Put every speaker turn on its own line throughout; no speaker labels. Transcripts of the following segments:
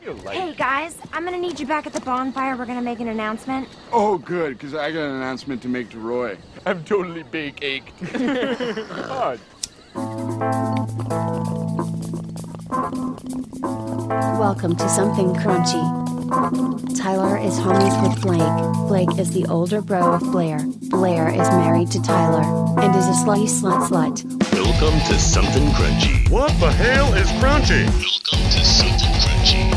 You're late.
Hey guys, I'm gonna need you back at the bonfire. We're gonna make an announcement.
Oh, good, because I got an announcement to make to Roy.
I'm totally bake ached. God.
Welcome to Something Crunchy. Tyler is homies with Blake. Blake is the older bro of Blair. Blair is married to Tyler and is a slutty slut slut.
Welcome to Something Crunchy.
What the hell is crunchy?
Welcome to Something Crunchy.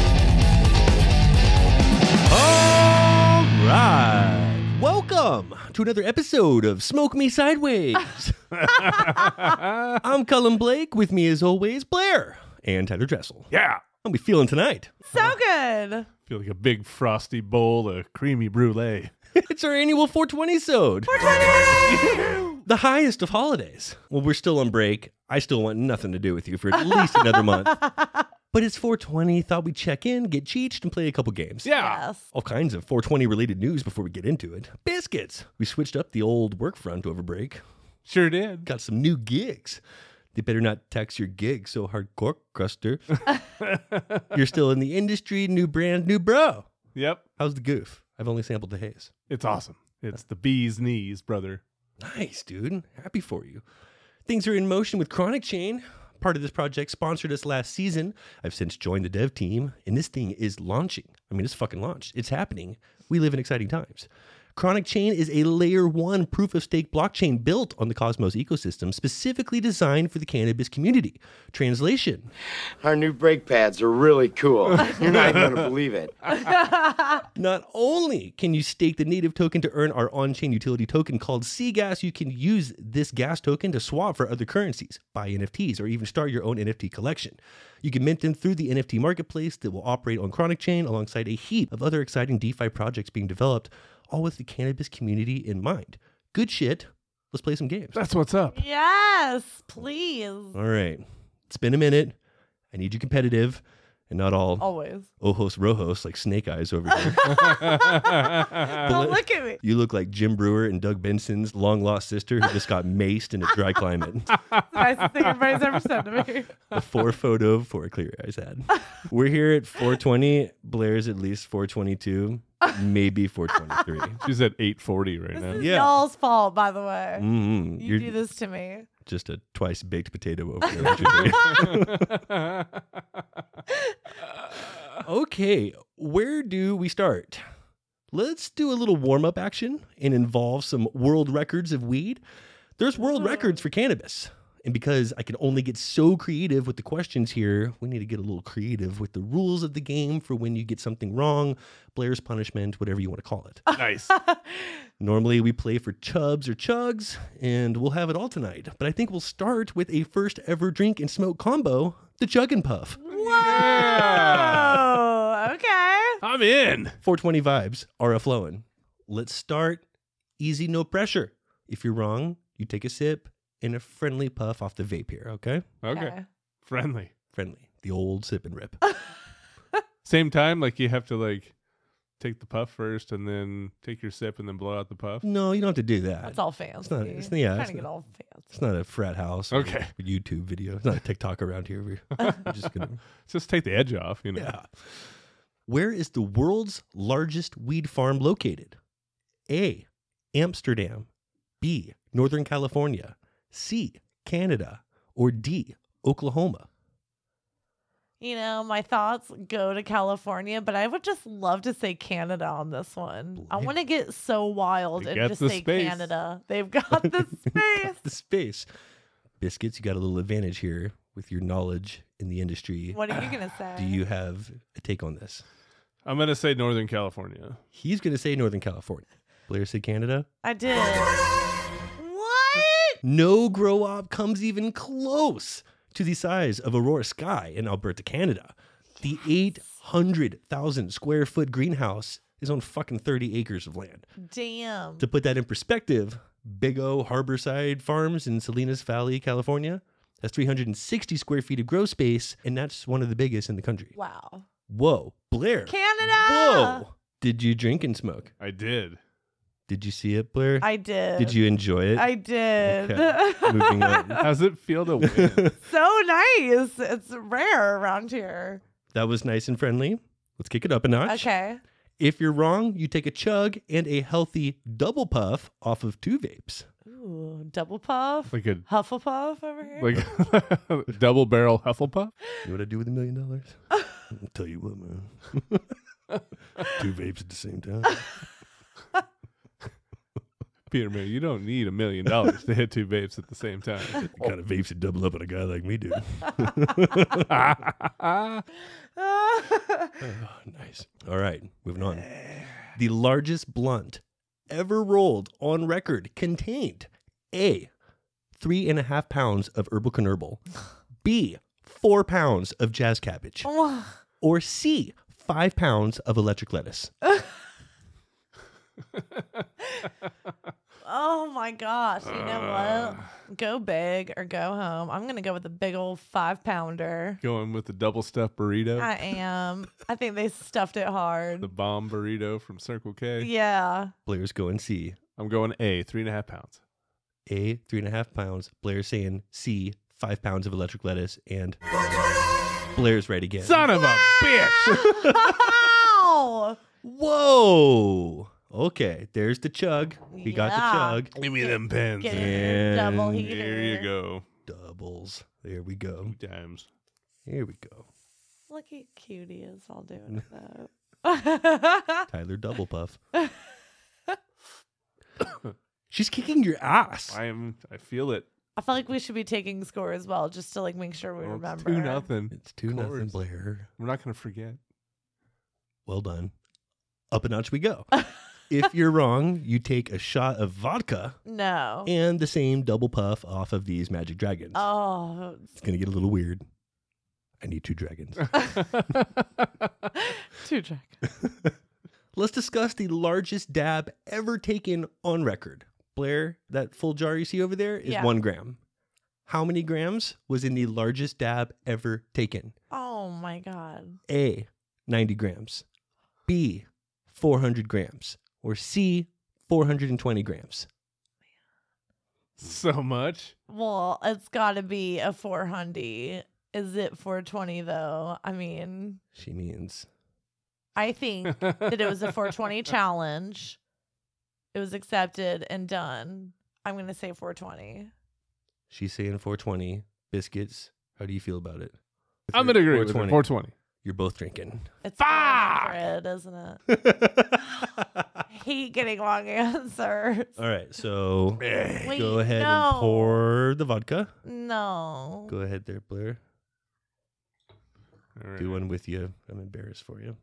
All right. Welcome to another episode of Smoke Me Sideways. I'm Cullen Blake. With me, as always, Blair and Tyler Dressel.
Yeah.
How we feeling tonight?
So good.
Feel like a big frosty bowl of creamy brulee.
It's our annual 420 sode, the highest of holidays. Well, we're still on break. I still want nothing to do with you for at least another month. But it's 420. Thought we'd check in, get cheeched, and play a couple games.
Yeah.
Yes.
All kinds of 420 related news before we get into it. Biscuits. We switched up the old work front over break.
Sure did.
got some new gigs. They better not tax your gig so hardcore, Cruster. You're still in the industry, new brand, new bro.
Yep.
How's the goof? I've only sampled the haze.
It's awesome. It's the bee's knees, brother.
Nice, dude. Happy for you. Things are in motion with Chronic Chain. Part of this project sponsored us last season. I've since joined the dev team, and this thing is launching. I mean, it's fucking launched. It's happening. We live in exciting times. Chronic Chain is a layer one proof of stake blockchain built on the Cosmos ecosystem, specifically designed for the cannabis community. Translation
Our new brake pads are really cool. You're not even gonna believe it.
Not only can you stake the native token to earn our on chain utility token called CGAS, you can use this gas token to swap for other currencies, buy NFTs, or even start your own NFT collection. You can mint them through the NFT marketplace that will operate on Chronic Chain alongside a heap of other exciting DeFi projects being developed, all with the cannabis community in mind. Good shit. Let's play some games.
That's what's up.
Yes, please.
All right. It's been a minute. I need you competitive and not all
Always.
ojos rojos like snake eyes over here.
Don't look at me.
You look like Jim Brewer and Doug Benson's long lost sister who just got maced in a dry climate.
It's the nicest thing anybody's ever said to me.
The four photo for a clear eyes ad. We're here at 420. Blair's at least 422, maybe 423.
She's at 840 right
This
now.
is
Yeah.
y'all's fault, by the way.
Mm,
You
you're
do this to me.
just a twice baked potato over there. aren't you, Blair? okay, where do we start? Let's do a little warm up action and involve some world records of weed. There's world records for cannabis. And because I can only get so creative with the questions here, we need to get a little creative with the rules of the game for when you get something wrong, Blair's punishment, whatever you want to call it.
nice.
Normally, we play for chubs or chugs, and we'll have it all tonight. But I think we'll start with a first ever drink and smoke combo the Chug and Puff.
Oh, okay.
I'm in.
420 vibes are a flowing. Let's start easy, no pressure. If you're wrong, you take a sip and a friendly puff off the vape here, okay?
Okay. Friendly.
Friendly. The old sip and
Ah.
rip.
Same time, like you have to like take the puff first and then take your sip and then blow out the puff.
no, you don't have to do that.
That's all fancy.
not- it's- yeah,
Trying
it's
to get
not-
all fancy.
It's not a frat house. or
Okay.
a YouTube video. It's not a TikTok around here. We're, we're just gonna.
Just take the edge off, you know.
Yeah. Where is the world's largest weed farm located? A. Amsterdam. B. Northern California. C. Canada. Or D. Oklahoma.
You know, my thoughts go to California, but I would just love to say Canada on this one. I
Yeah.
want to get so wild
They
and
got
just
the
say
space.
Canada. They've got the space.
the space. Biscuits, you got a little advantage here with your knowledge in the industry.
What are you gonna say?
Do you have a take on this?
I'm gonna say Northern California.
He's going to say Northern California. Blair said Canada.
I did. what?
No grow op comes even close to the size of Aurora Sky in Alberta, Canada. The 800,000 square foot greenhouse is on fucking 30 acres of land.
Damn.
To put that in perspective, Big O Harborside Farms in Salinas Valley, California has 360 square feet of grow space, and that's one of the biggest in the country.
Wow.
Whoa, Blair.
Canada.
Whoa. Did you drink and smoke?
I did.
Did you see it, Blair?
I did.
Did you enjoy it?
I did.
Okay. Moving on.
How's it feel to win?
so nice. It's rare around here.
That was nice and friendly. Let's kick it up a notch.
Okay.
If you're wrong, you take a chug and a healthy double puff off of two vapes.
Ooh, double puff.
Like a
Hufflepuff over here.
like double barrel Hufflepuff.
You know what I do with a million dollars? I'll tell you what, man. two vapes at the same time.
Peter, man, you don't need a million dollars to hit two vapes at the same time.
What kind of vapes that double up on a guy like me, dude? Oh, nice. All right, moving on. The largest blunt ever rolled on record contained A, three and a half pounds of herbal conherbal, B, four pounds of jazz cabbage,
Oh.
or C, five pounds of electric lettuce.
oh my gosh. You
Uh.
know what? Go big or go home. I'm going to go with a big old five pounder.
Going with the double stuffed burrito,
I am. I think they stuffed it hard.
the bomb burrito from Circle K.
Yeah.
Players go and see
I'm going A, three and a half pounds.
A, three and a half pounds. Blair's saying C, five pounds of electric lettuce. And Blair's right again.
Son of a bitch!
Wow.
Whoa. Okay. There's the chug. He
Yeah.
got the chug.
Give me them pens.
Get it. double
And
heater.
There you go.
Doubles. There we go.
Two times.
Here we go.
Look at cutie is all doing that.
Tyler Double Puff. She's kicking your ass.
I am. I feel it.
I feel like we should be taking score as well, just to like make sure we
Well, it's
remember.
two nothing.
It's two nothing,
course.
Blair.
We're not gonna forget.
Well done. Up a notch we go. if you're wrong, you take a shot of vodka
No.
and the same double puff off of these magic dragons.
Oh,
It's gonna get a little weird. I need two dragons.
two jack.
Let's discuss the largest dab ever taken on record. Blair, that full jar you see over there is
Yeah.
one gram. How many grams was in the largest dab ever taken?
Oh my god.
A, 90 grams. B, 400 grams. Or C, 420 grams.
so much.
Well, it's got to be a four hundy. Is it four twenty though? I mean,
She means
I think that it was a four twenty challenge. It was accepted and done. I'm gonna say four twenty.
she's saying 420 biscuits. How do you feel about it?
I'm gonna agree with it. 420.
You're both drinking.
It's red, isn't it? I hate getting long answers.
All right, so
Wait,
go ahead and
no.
pour the vodka.
No.
Go ahead there, Blair.
All right.
Do one with you. I'm embarrassed for you.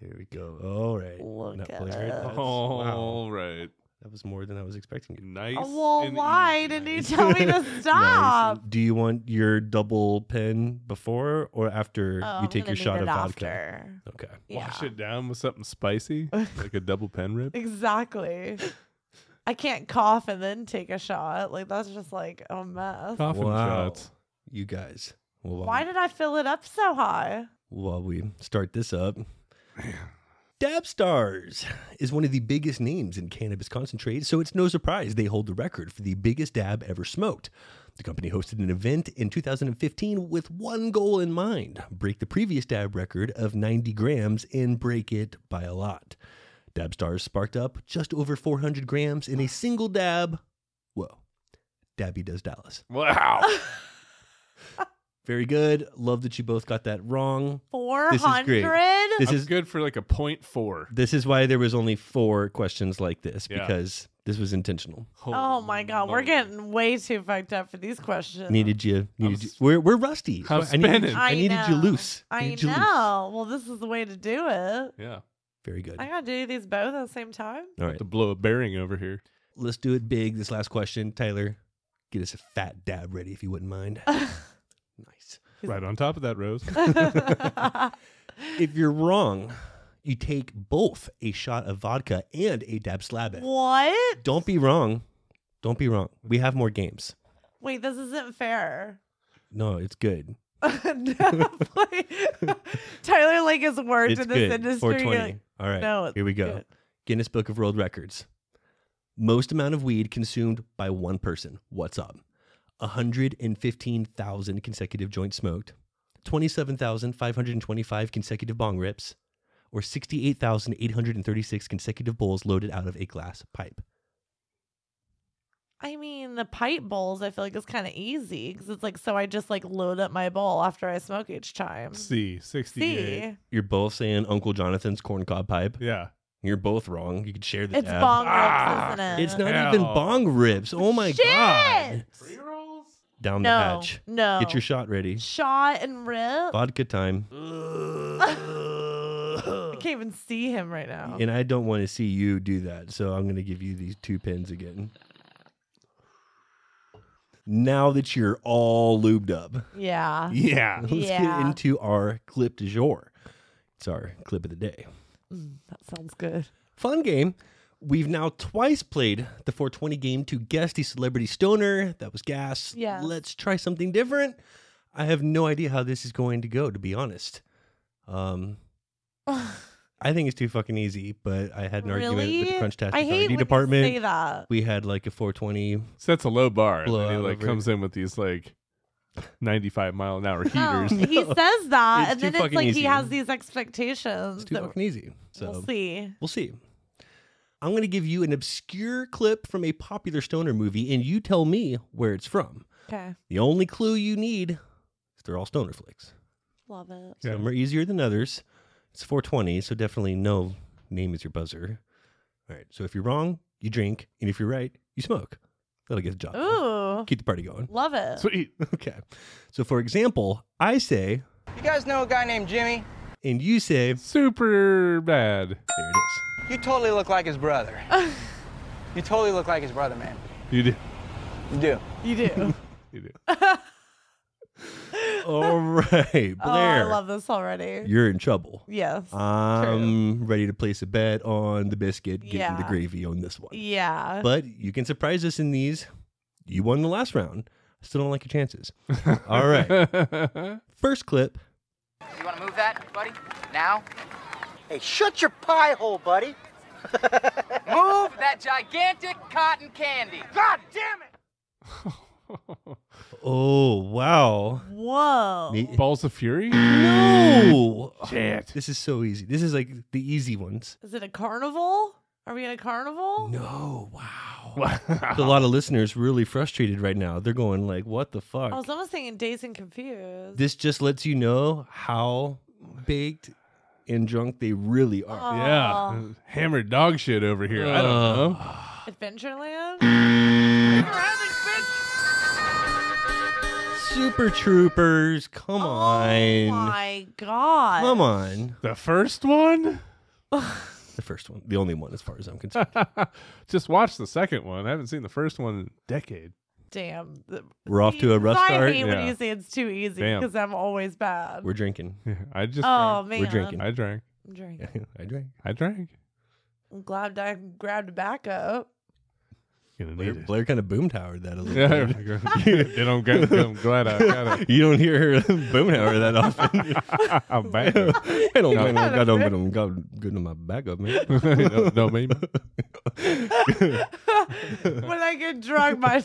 Here we go. All right.
Oh, Look
Not
at
Blair.
us.
That's- wow.
All right.
That was more than I was expecting. Nice.
Nice.
Oh, well,
and
why
easy.
didn't you tell me to stop?
Do you want your double pen before or after
Oh,
you
I'm
take your
gonna
shot
need
of
it
vodka?
after.
Okay.
Wash
Yeah.
it down with something spicy, like a double pen rip.
Exactly. I can't cough and then take a shot. Like that's just like a mess.
Coffin
Wow.
shots.
You guys. Well, while,
Why did I fill it up so high?
while we start this up. Dab Stars is one of the biggest names in cannabis concentrates, so it's no surprise they hold the record for the biggest dab ever smoked. The company hosted an event in 2015 with one goal in mind break the previous dab record of 90 grams and break it by a lot. Dab Stars sparked up just over 400 grams in a single dab. Whoa. Dabby does Dallas.
Wow.
Very good. Love that you both got that wrong.
Four
is great.
hundred.
This
This
is
is good for like a point four.
This is why there was only four questions like this
Yeah.
because this was intentional.
Oh my god, we're
moly.
getting way too fucked up for these questions.
Needed you. Needed
I'm
you.
s-
We're we're rusty.
I'm
I needed,
spinning.
I
Uh-huh. I
needed you
know.
loose.
I
Needed you loose.
know. Well, this is the way to do it.
Yeah.
Very good.
I gotta do these both at the same time.
All right.
To blow a bearing over here.
Let's do it big. This last question, Tyler, get us a fat dab ready if you wouldn't mind. nice.
Right on top of that, Rose.
Um,
If you're wrong, you take both a shot of vodka and a dab slab. at.
what?
Don't be wrong. Don't be wrong. We have more games.
Wait, this isn't fair.
No, it's good.
Tyler Lake has worked
it's
in this
good.
industry.
420. All right.
No, it's
here we go.
good.
Guinness Book of World Records. Most amount of weed consumed by one person. What's up? 115,000 consecutive joints smoked. 27,525 consecutive bong rips, or 68,836 consecutive bowls loaded out of a glass pipe.
I mean, the pipe bowls, I feel like is kind of easy because it's like, so I just like load up my bowl after I smoke each time.
C, 68.
See,
You're both saying Uncle Jonathan's corncob pipe.
Yeah.
You're both wrong. You could share the
it's
tab.
bong
Ah,
rips, isn't it?
It's not
Hell.
even bong ribs. Oh my
Shit!
god. Down the
No,
hatch.
no.
Get your shot ready.
shot and rip.
Vodka time.
I can't even see him right now.
And I don't want to see you do that, so I'm going to give you these two pins again. Now that you're all lubed up,
Yeah.
Yeah.
let's
Yeah.
get into our clip du jour. It's our clip of the day.
That sounds good.
Fun game. We've now twice played the 420 game to guess the celebrity stoner. That was gas.
Yes.
Let's try something different. I have no idea how this is going to go, to be honest. Um, I think it's too fucking easy, but I had an argument with the Crunch Task
I hate
Authority
when
Department.
You say that.
we had like a 420
Sets a low bar. And then he
Blowout
like
over.
comes in with these like 95 mile an hour
No,
heaters.
he says that,
It's
and
too
then it's
fucking
like
easy.
he has these expectations.
it's too
that
fucking easy so
We'll see.
we'll see i'm going to give you an obscure clip from a popular stoner movie and you tell me where it's from
Okay,
the only clue you need is they're all stoner flicks
love it.
Yeah.
some are easier than others it's 420 so definitely no name is your buzzer all right so if you're wrong you drink and if you're right you smoke that'll get the job done.
Ooh,
keep the party going
love it.
Sweet.
okay so for example i say
You guys know a guy named Jimmy?
and you say
Super bad.
there it is
You totally look like his brother. you totally look like his brother, man.
You do.
You do.
You do.
You do.
All right, Blair,
oh, I love this already.
you're in trouble.
yes.
I'm ready to place a bet on the biscuit, getting the
Yeah.
gravy on this one.
yeah.
But you can surprise us in these. You won the last round. I still don't like your chances. All right, first clip.
You want to move that, buddy? Now?
Hey, shut your pie hole, buddy.
Move that gigantic cotton candy. God damn it!
Oh wow!
Whoa.
Ne-
Balls of Fury?
No,
Shit.
this is so easy. This is like the easy ones.
Is it a carnival? Are we at a carnival?
No, wow. a lot of listeners really frustrated right now. They're going like, "What the fuck?"
I was almost thinking Days and Confused.
This just lets you know how baked and drunk they really are.
Oh.
Yeah. Hammered dog shit over here. I don't know.
Adventureland?
Super Troopers, come on.
Oh my god.
Come on.
The first one?
The first one, the only one as far as I'm concerned.
Just watched the second one. I haven't seen the first one in a decade.
Damn. The-
We're off to a rough
I
start.
hate
Yeah.
when you say it's too easy
Damn.
because I'm always bad.
We're drinking.
I just
oh man.
we're drinking.
drank. I drank.
I'm drinking.
I drank.
I drank.
I'm glad I grabbed a backup.
Gonna
Blair,
need it.
Blair kind of boomtowered that a little
Yeah,
bit.
then I'm, glad- I'm glad I got it.
You don't hear her boomtower that often.
I'm back. no,
I don't mind.
Not a
I don't
bit.
mind. God, good on my backup, man.
no, maybe.
when I get drunk, my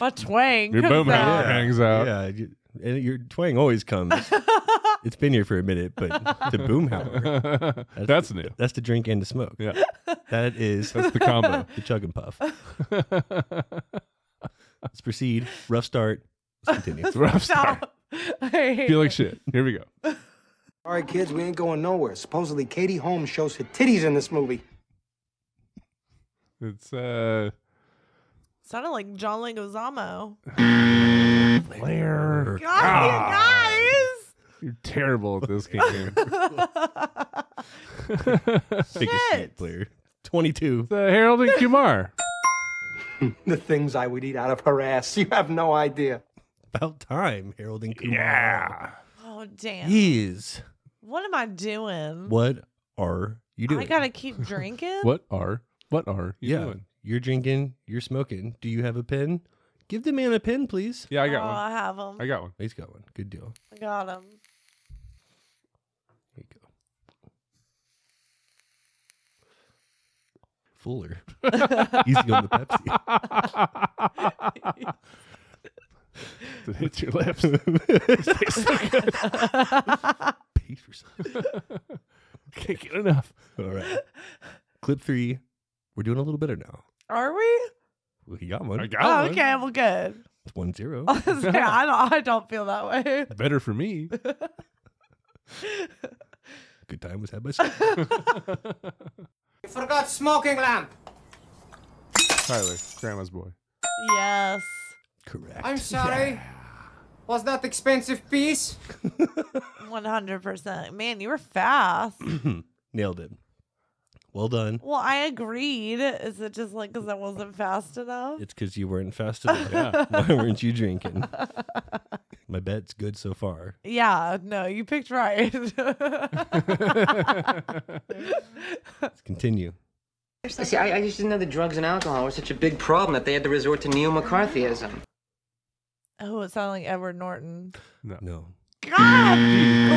my twang.
Your
comes
boom
out.
hammer hangs out.
Yeah, you- and your twang always comes. it's been here for a minute, but the boomhauer.
That's, new.
That's the drink and the smoke.
Yeah,
That is
that's the combo.
the chug and puff. Let's proceed. Rough start. Let's continue.
Rough start.
Stop. I hate
Feel
it.
like shit. Here we go.
All right, kids, we ain't going nowhere. Supposedly, Katie Holmes shows her titties in this movie.
It's uh,
sounded like John Leguizamo.
Blair.
God,
Ah.
you
You're terrible at this game.
guys.
Take a seat, player. 22.
the uh, Harold and Kumar.
The things I would eat out of her ass. You have no idea.
About time, Harold and Kumar.
oh damn.
Jeez.
What am I doing?
What are you doing?
Mm-hmm. I gotta keep drinking.
What are what are you
yeah.
doing?
You're drinking. You're smoking. Do you have a pen? Give the man a pen, please.
Yeah, I got
oh,
one.
I have them.
I got one.
He's got one. Good deal.
I got them.
Here you go. Fuller. Easy on the Pepsi.
that hits your lips. It tastes so good.
Pays for something.
Can't get enough.
All right. Clip three. We're doing a little better now.
Are we?
We got one.
I got
Oh,
one.
okay, well, good.
It's one zero.
I was like, I don't, I don't feel that way.
Better for me.
Good time was had by some.
You forgot smoking lamp.
Tyler, grandma's boy.
Yes.
Correct.
I'm sorry. Was that expensive piece?
100%. Man, you were fast.
Nailed it. Well done.
Well, I agreed. Is it just like because I wasn't fast enough?
It's because you weren't fast enough.
Yeah.
Why weren't you drinking? My bet's good so far.
Yeah, no, you picked right.
Let's continue.
See, I, I just didn't know that drugs and alcohol were such a big problem that they had to resort to neo McCarthyism.
oh, it sounded like Edward Norton.
No.
No.
God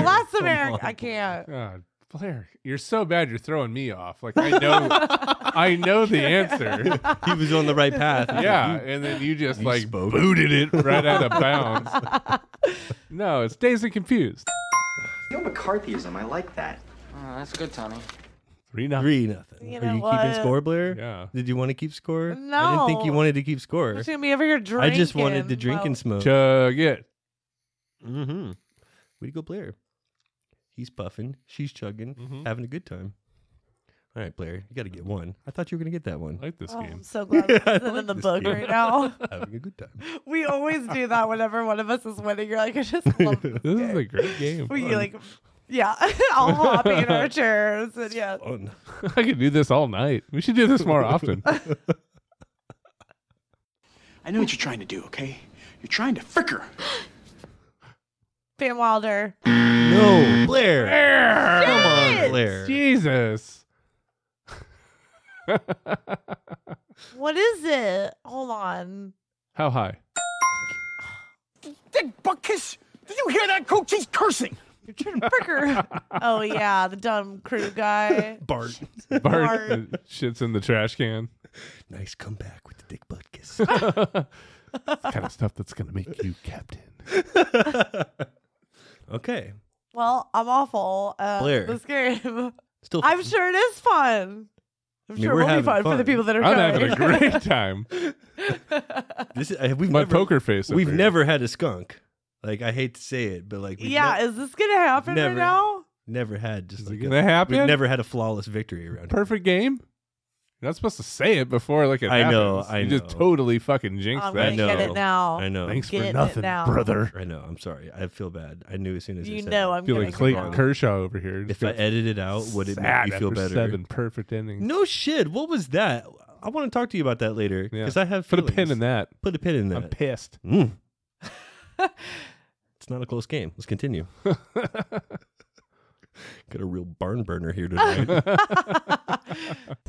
bless
Come
America.
on.
I can't.
God, Blair, you're so bad. You're throwing me off. Like I know, I know the answer.
he was on the right path.
Yeah, and then you just
You
like
spoke.
booted it right out of bounds. no, it's Dazed and Confused.
Neo McCarthyism, I like that. Oh, that's good, Tony.
Three nothing.
Three nothing.
You
Are
know
you keeping
what?
score, Blair?
Yeah.
Did you want to keep score? I didn't think you
No.
wanted to keep score.
I'm just gonna be over here
I
drinking.
just wanted to drink and smoke.
Chug it.
Mm-hmm. Way to go, Blair. He's puffing. She's chugging.
Mhm.
Having a good time. All right, Blair, you got to get one. I thought you were going to get that one.
I like this
Oh,
game.
I'm so glad
Yeah, I
this isn't
like
in the
this
book
game.
right now.
Having a good time.
We always do that whenever one of us is winning. You're like, I just love this.
This is a great game.
We like, yeah, all hopping in our chairs and yeah.
Oh,
Fun.
I could do this all night. We should do this more often.
I know what you're trying to do, okay? You're trying to frick her.
Pam Wilder.
No, Blair. Come on, Blair.
Jesus.
What is it? Hold on.
How high?
Dick Buckus! Did you hear that, coach? He's cursing!
You're trying to prick her. oh yeah, the dumb crew guy.
Bart.
Bart,
Bart.
uh, shits in the trash can.
nice comeback with the dick butt kiss.
kind of stuff that's gonna make you captain.
okay.
Well, I'm awful at
Blair.
this game.
Still
I'm
fun.
sure it is fun. I'm
mean,
sure
we're
it will be
having
fun, for
fun.
the people that are
I'm
trying.
having a great time.
This is, uh, we've
My
never,
poker face. over
We've
here.
never had a skunk. Like I hate to say it, but like we've
yeah,
ne-
is this gonna happen
never-
right now?
never had just
Is it
like
gonna
a,
happen?
We've never had a flawless victory around here.
perfect game. You're not supposed to say it before like it
I know,
happens.
I
you just
know.
totally fucking jinxed
I'm
that.
gonna
know.
get it now.
I know.
Thanks
Getting
for
it
nothing,
now.
brother.
I know. I'm sorry. I feel bad. I knew as soon as
You
I said
know
that.
I'm
feel
gonna
like
get
Clayton
it now.
Kershaw over here.
If
Just
I
feels
edit it out, would it make
sad
you feel
after
better?
Seven perfect innings.
No shit. What was that? I want to talk to you about that later
Yeah.
because I have
Put a
feelings.
pin in that.
Put a pin in
I'm
that.
pissed.
Mm. it's not a close game. Let's continue. Got a real barn burner here tonight.
what's up?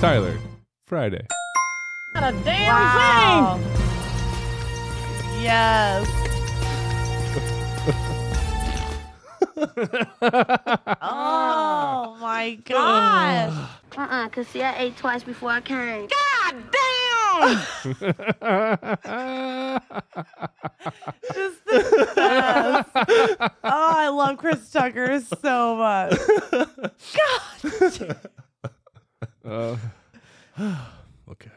Tyler, Friday.
Not a damn wow. Yes. oh my gosh.
Uh-uh, because see, I ate twice before I came.
Just the best. Oh, I love Chris Tucker so much.
Uh,
okay.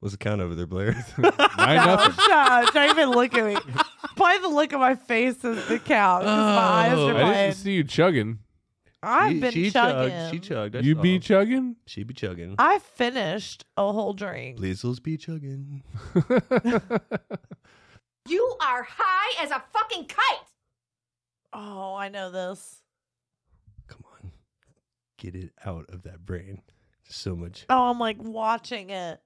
What's the count over there, Blair?
nine
No,
nothing.
shut up. Don't even look at me. Probably the look of my face is the count. 'cause my eyes
Oh,
are
I didn't
playing.
see you chugging.
I've
She-
been
she
chugging.
Chugged, she chugged. I
you
saw.
be chugging?
She be chugging.
I finished a whole drink.
Blizzles be chugging.
You are high as a fucking kite.
Oh, I know this.
Come on. Get it out of that brain. So much
Oh, I'm like watching it.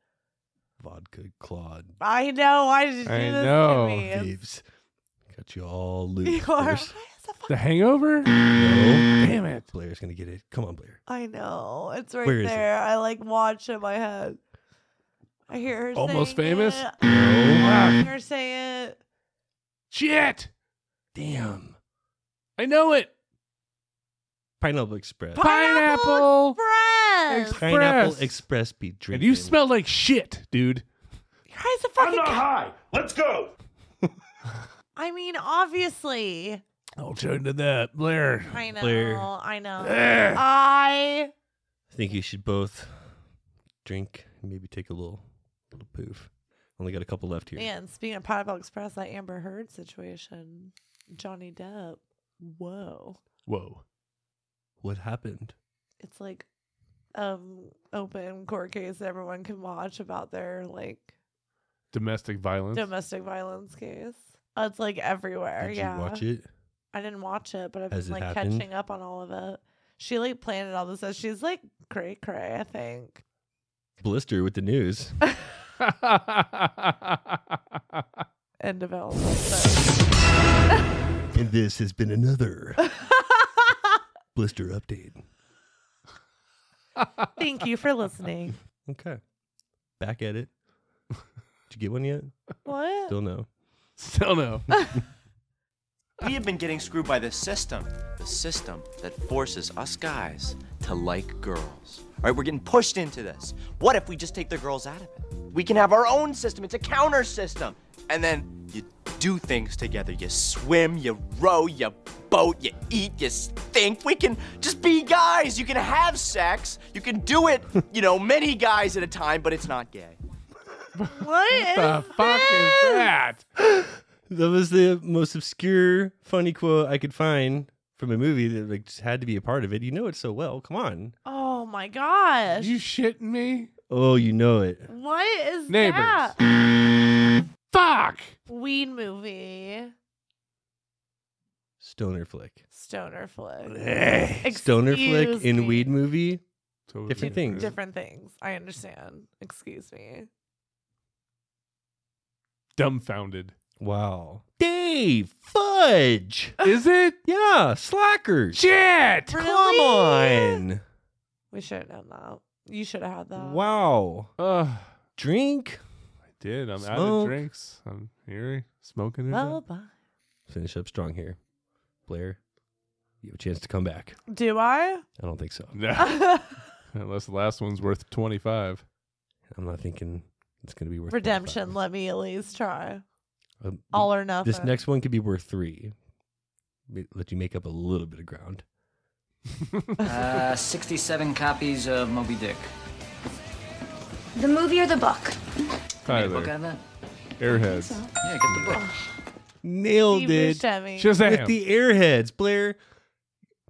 vodka clawed
I know. I just do
I
this
know.
to me. It's-
thieves. Got you all loose.
You are.
Blair's-
The hangover?
Damn
it.
Blair's gonna get it. Come on, Blair.
I know. It's right
Where is it?
there. I like watch in my head. I hear her
Almost
saying
Famous? Oh
It. I
No.
hear her say it.
Shit!
Damn.
I know it.
Pineapple Express.
Pineapple.
Pineapple Yes.
Pineapple Express be
And
drinking.
you smell like shit, dude.
Your eyes are fucking. cu-
Let's go.
I mean, obviously.
I'll turn to that, Blair.
I know.
Blair.
I know.
Blair.
I.
I think you should both drink and maybe take a little, little poof. Only got a couple left here.
Man, speaking of Pineapple Express, that Amber Heard situation, Johnny Depp. Whoa.
Whoa. What happened?
It's like um open court case everyone can watch about their like
Domestic violence.
domestic violence case. Uh, It's like everywhere.
Did you
yeah.
watch it?
I didn't watch it, but I've
Has
been
it
like
happened?
catching up on all of it. She like planted all this. stuff. She's like cray cray, I think.
Blister with the news.
And developed. But...
and this has been another Blister update.
Thank you for listening.
Okay. Back at it. Did you get one yet?
What?
Still no.
Still no.
We have been getting screwed by this system. The system that forces us guys to like girls. All right, we're getting pushed into this. What if we just take the girls out of it? We can have our own system. It's a counter system. And then you do things together. You swim, you row, you boat, you eat, you stink. We can just be guys. You can have sex. You can do it, you know, many guys at a time, but it's not gay.
What?
the fuck is that?
That was the most obscure, funny quote I could find from a movie that like just had to be a part of it. You know it so well. Come on.
Oh my gosh.
You shitting me?
Oh, you know it.
What is
Neighbors.
that?
Fuck.
Weed movie.
Stoner flick.
Stoner flick.
Stoner
Excuse
flick in
me.
weed movie. Different
Two
things.
Different things. I understand. Excuse me.
Dumbfounded.
Wow. Dave Fudge.
Is it?
yeah. Slackers.
Shit.
Come on.
We should have known that. You should have had that.
Wow.
Uh,
Drink.
I did. I'm out of
Smoke.
drinks. I'm here smoking it.
Well,
up.
bye.
Finish up strong here. Blair, you have a chance to come back.
Do I?
I don't think so.
No. Unless the last one's worth 25.
I'm not thinking it's going to be worth
Redemption. Let me at least try.
Um,
All or nothing.
This next one could be worth three. Ma- Let you make up a little bit of ground.
Uh, 67 copies of Moby Dick.
The movie or the book?
Made a
Tyler.
book out of that?
Airheads.
Yeah, get the book.
Nailed
Steve
it.
Buscemi.
Shazam.
With the airheads. Blair,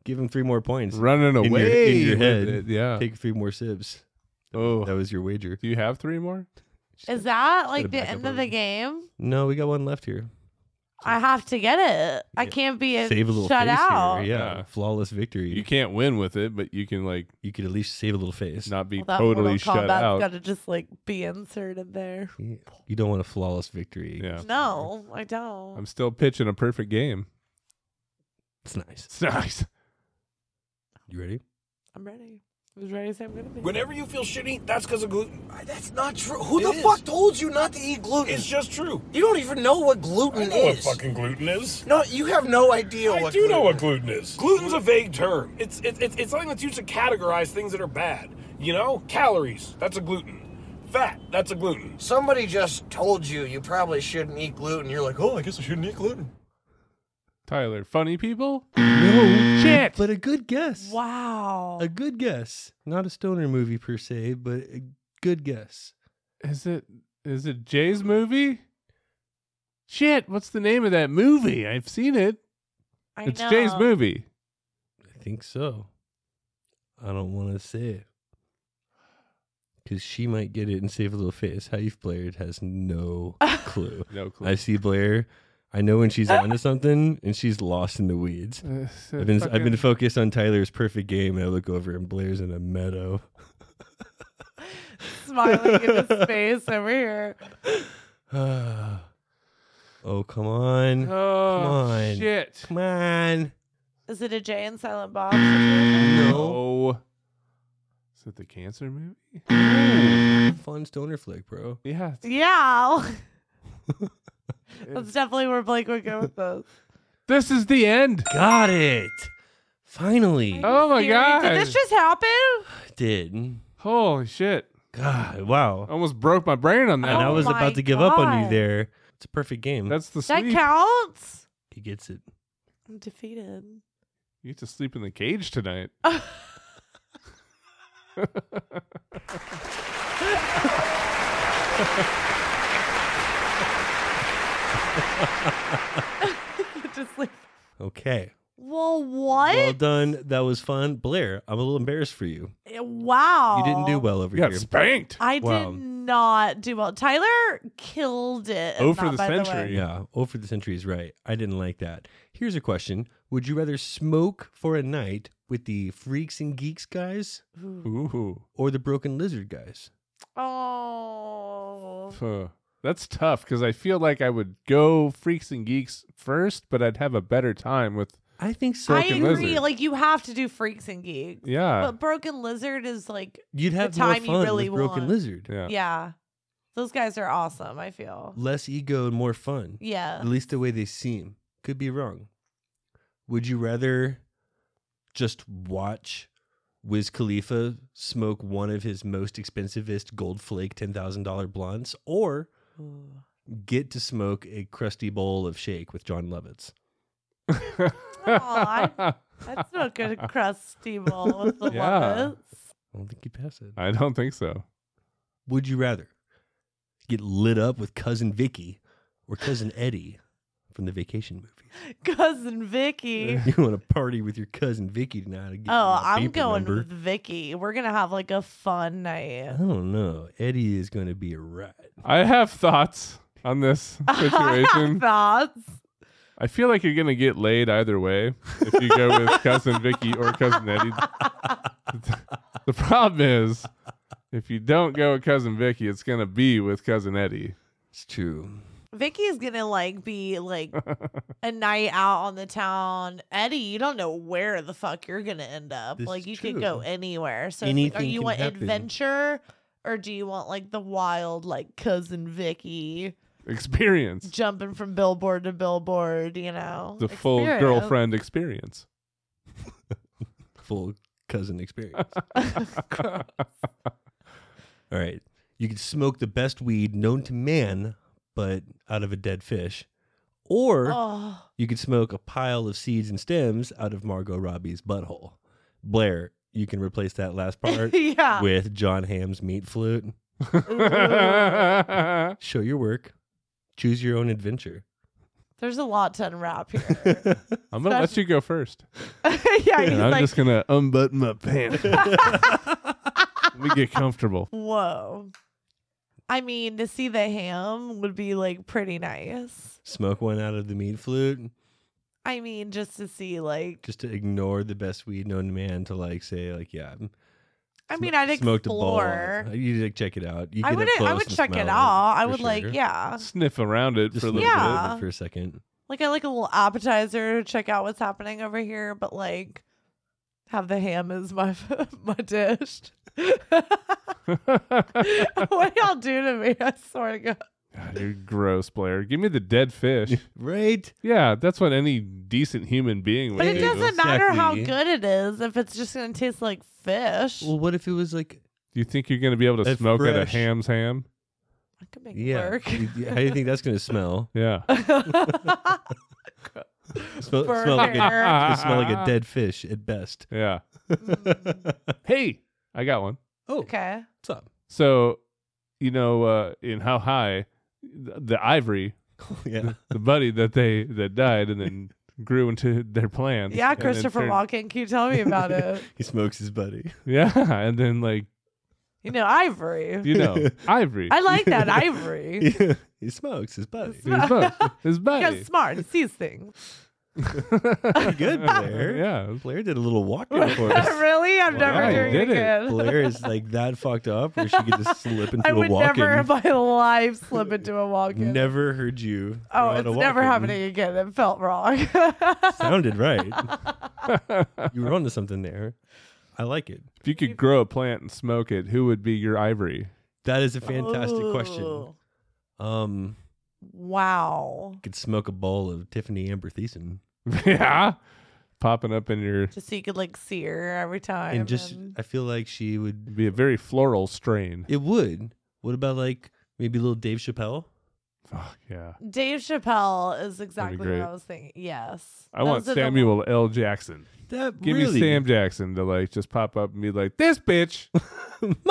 give him three more points.
Running
in your-
away
in your,
with
head.
it, yeah.
Take three more sips.
Oh.
That was your wager.
Do you have three more?
Is that
Gotta
like the
back up
end of the game?
No, we got one left here.
I have to get it. I can't be a
Save a little
shut
face
out.
here. Yeah. Flawless victory.
You can't win with it, but you can, like,
you could at least save a little face.
Not be
Well, that
totally
Mortal
shut
Kombat's
out.
Got to just like be inserted there.
Yeah. You don't want a flawless victory.
Yeah.
No, I don't.
I'm still pitching a perfect game.
It's nice.
It's nice.
You ready?
I'm ready. I was ready to say I'm gonna be.
Whenever you feel shitty, that's because of gluten.
That's not true. Who
It
the
is.
fuck told you not to eat gluten? It's
just true.
You don't even know what gluten
I know
is.
what fucking gluten is.
No, you have no idea
I
what
do know
gluten
what gluten is. Gluten's a vague term. It's it's it's it's something that's used to categorize things that are bad. You know, calories. That's a gluten. Fat. That's a gluten.
Somebody just told you you probably shouldn't eat gluten. You're like, oh, I guess I shouldn't eat gluten.
Tyler, funny people?
No shit. But a good guess.
Wow.
A good guess. Not a stoner movie per se, but a good guess.
Is it is it Jay's movie? Shit, what's the name of that movie? I've seen it.
I
it's
know.
Jay's movie.
I think so. I don't want to say it. Because she might get it and save a little face. How you've Blair has no clue.
No clue.
I see Blair. I know when she's onto something and she's lost in the weeds.
Uh,
I've been I've
fucking-
been focused on Tyler's perfect game and I look over and Blair's in a meadow.
Smiling in his face over here.
oh come on.
Oh,
come on.
shit.
Come on.
Is it a Jay and Silent Bob? situation?
No. Is it the cancer movie?
Fun stoner flick, bro.
Yeah.
Yeah. That's definitely where Blake would go with this.
This is the end.
Got it. Finally.
Oh my
Period.
god.
Did this just happen?
Did.
Holy shit.
God, wow.
Almost broke my brain on that.
And I was about to give up on you
Oh God.
there. It's a perfect game.
That's the
Oh That
sleep.
counts.
He gets it.
I'm defeated.
You get to sleep in the cage tonight.
just like,
Okay.
well, what?
Well done. That was fun. Blair, I'm a little embarrassed for you.
Eh, Wow.
You didn't do well over
You got
here.
spanked.
I
Wow.
did not do well. Tyler killed it. in that, by way.
yeah, oh for the century is right. I didn't like that. Here's a question: Would you rather smoke for a night with the freaks and geeks guys,
Ooh.
or the broken lizard guys?
Oh.
Huh. That's tough because I feel like I would go Freaks and Geeks first, but I'd have a better time with.
I think so.
I agree. Like you have to do freaks and geeks.
Yeah.
But Broken Lizard is like
You'd have
the time
more fun
you really
with broken
want.
lizard.
Yeah. Those guys are awesome, I feel.
Less ego and more fun.
Yeah.
At least the way they seem. Could be wrong. Would you rather just watch Wiz Khalifa smoke one of his most expensivest gold flake $10,000 blunts or get to smoke a crusty bowl of shake with John Lovitz?
Oh, I, that's not good crusty bowl with the
Yeah.
yeah.
I don't think you pass it.
I don't think so.
Would you rather get lit up with cousin Vicky or cousin Eddie from the vacation movie?
Cousin Vicky.
You want to party with your cousin Vicky tonight? and get
Oh,
my
I'm
paper
going
number.
with Vicky. We're gonna have like a fun night.
I don't know. Eddie is going to be a rat.
I have thoughts on this situation.
Thoughts?
I feel like you're gonna get laid either way if you go with cousin Vicky or cousin Eddie. the problem is, if you don't go with cousin Vicky, it's gonna be with cousin Eddie.
It's true.
Vicky is gonna like be like a night out on the town. Eddie, you don't know where the fuck you're gonna end up.
This
like
is
you
true.
could go anywhere. So it's like, are
Anything
you
can
want
happen.
adventure or do you want like the wild like cousin Vicky
Experience
jumping from billboard to billboard? You know,
the full
Experience.
girlfriend experience.
Full cousin experience. All right. You can smoke the best weed known to man, but out of a dead fish. Or
Oh.
you could smoke a pile of seeds and stems out of Margot Robbie's butthole. Blair, you can replace that last part
Yeah.
with John Hamm's meat flute. Show your work. Choose your own adventure.
There's a lot to unwrap here.
I'm gonna let you go first.
yeah, he's
And I'm
like,
just gonna unbutton my pants. Let me get comfortable.
whoa. I mean, to see the ham would be like pretty nice.
Smoke one out of the meat flute
I mean, just to see, like,
just to ignore the best weed known to man to like say like yeah.
I mean, I'd
smoked a ball.
explore.
You like check it out. You
I
get up
would,
close
I would
and
check
smell
it out. I
for
would like,
sure.
yeah,
Sniff around it
Just
for a little
Yeah.
sniff it for a second.
like I like a little appetizer, check out what's happening over here, but like, have the ham as my my dish. what y'all do to me? I swear to God.
God, you're gross, Blair. Give me the dead fish.
Right?
Yeah, that's what any decent human being would
But it
do.
doesn't matter how
Exactly.
good it is if it's just gonna taste like fish.
Well, what if it was like
Do you think you're going to be able to
A
smoke at a
fresh-
ham's ham?
I could make it
yeah?
work.
you- you- How do you think that's gonna smell?
Yeah.
Smell, smell like a,
Burger.
it's gonna smell like a dead fish at best.
Yeah. hey, I got one.
Oh,
okay.
what's up?
So, you know, uh, in How High, th- the ivory,
Yeah,
the buddy that they that died and then grew into their plans.
Yeah,
and then
Christopher
turned-
Walken, can you tell me about it?
he smokes his buddy.
Yeah, and then like
You know, ivory.
you know, ivory.
I like that ivory.
he smokes his buddy.
his book, his buddy.
He's smart. He sees things.
Pretty good, Blair.
Yeah.
Blair did a little walking for us.
really? I'm never
I
doing it
did it.
again.
Blair is like that fucked up where she could just slip into
I
a
would
walk
never in my life slip into a walk-in.
Never heard you.
Oh,
throw out
it's
a
never
walk-in.
happening again. It felt wrong.
Sounded right. you were onto something there. I like it.
If you could grow a plant and smoke it, who would be your ivory?
That is a fantastic question.
Ooh.
Um,
Wow.
could smoke a bowl of Tiffany Amber Thiessen.
yeah. popping up in your.
Just so you could like see her every time.
and just I feel like she would
be a very floral strain.
It would. What about like maybe little Dave Chappelle?
Fuck yeah!
Dave Chappelle is exactly what
great.
I was thinking. Yes.
I want
Those are the-
Samuel L. Jackson.
That
Give
really-
me Sam Jackson to like just pop up and be like, "This bitch,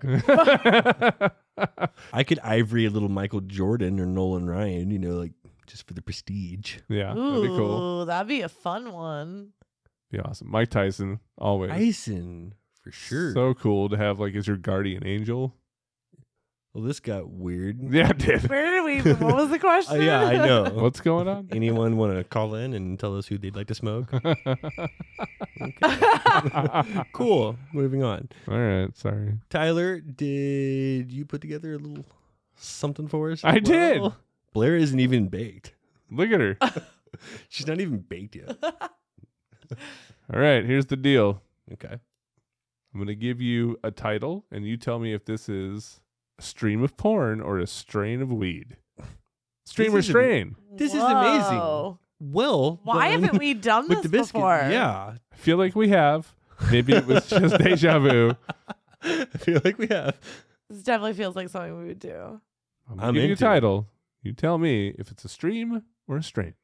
motherfucker." I could ivory a little Michael Jordan or Nolan Ryan, you know, like just for the prestige.
Yeah,
Ooh,
that'd be cool.
that'd be a fun one.
Be awesome. Mike Tyson always.
Tyson for sure.
So cool to have like as your guardian angel.
Well, this got weird.
Yeah, it did.
Where did we? What was the question?
Uh, yeah, I know.
What's going on?
Anyone want to call in and tell us who they'd like to smoke? Okay. cool. Moving on.
All right, sorry.
Tyler, did you put together a little something for us?
I did.
Blair isn't even baked.
Look at her.
She's not even baked yet.
All right, here's the deal.
Okay.
I'm going to give you a title, and you tell me if this is a stream of porn or a strain of weed. Stream or
This is am-
strain.
This is amazing.
Whoa.
Well,
Why
done
haven't we done
with
this
the biscuit.
before?
Yeah.
I feel like we have. Maybe it was just deja vu.
I feel like we have.
This definitely feels like something we would do.
I'm,
I'm
gonna give you a
into it.
title. You tell me if it's a stream or a strain.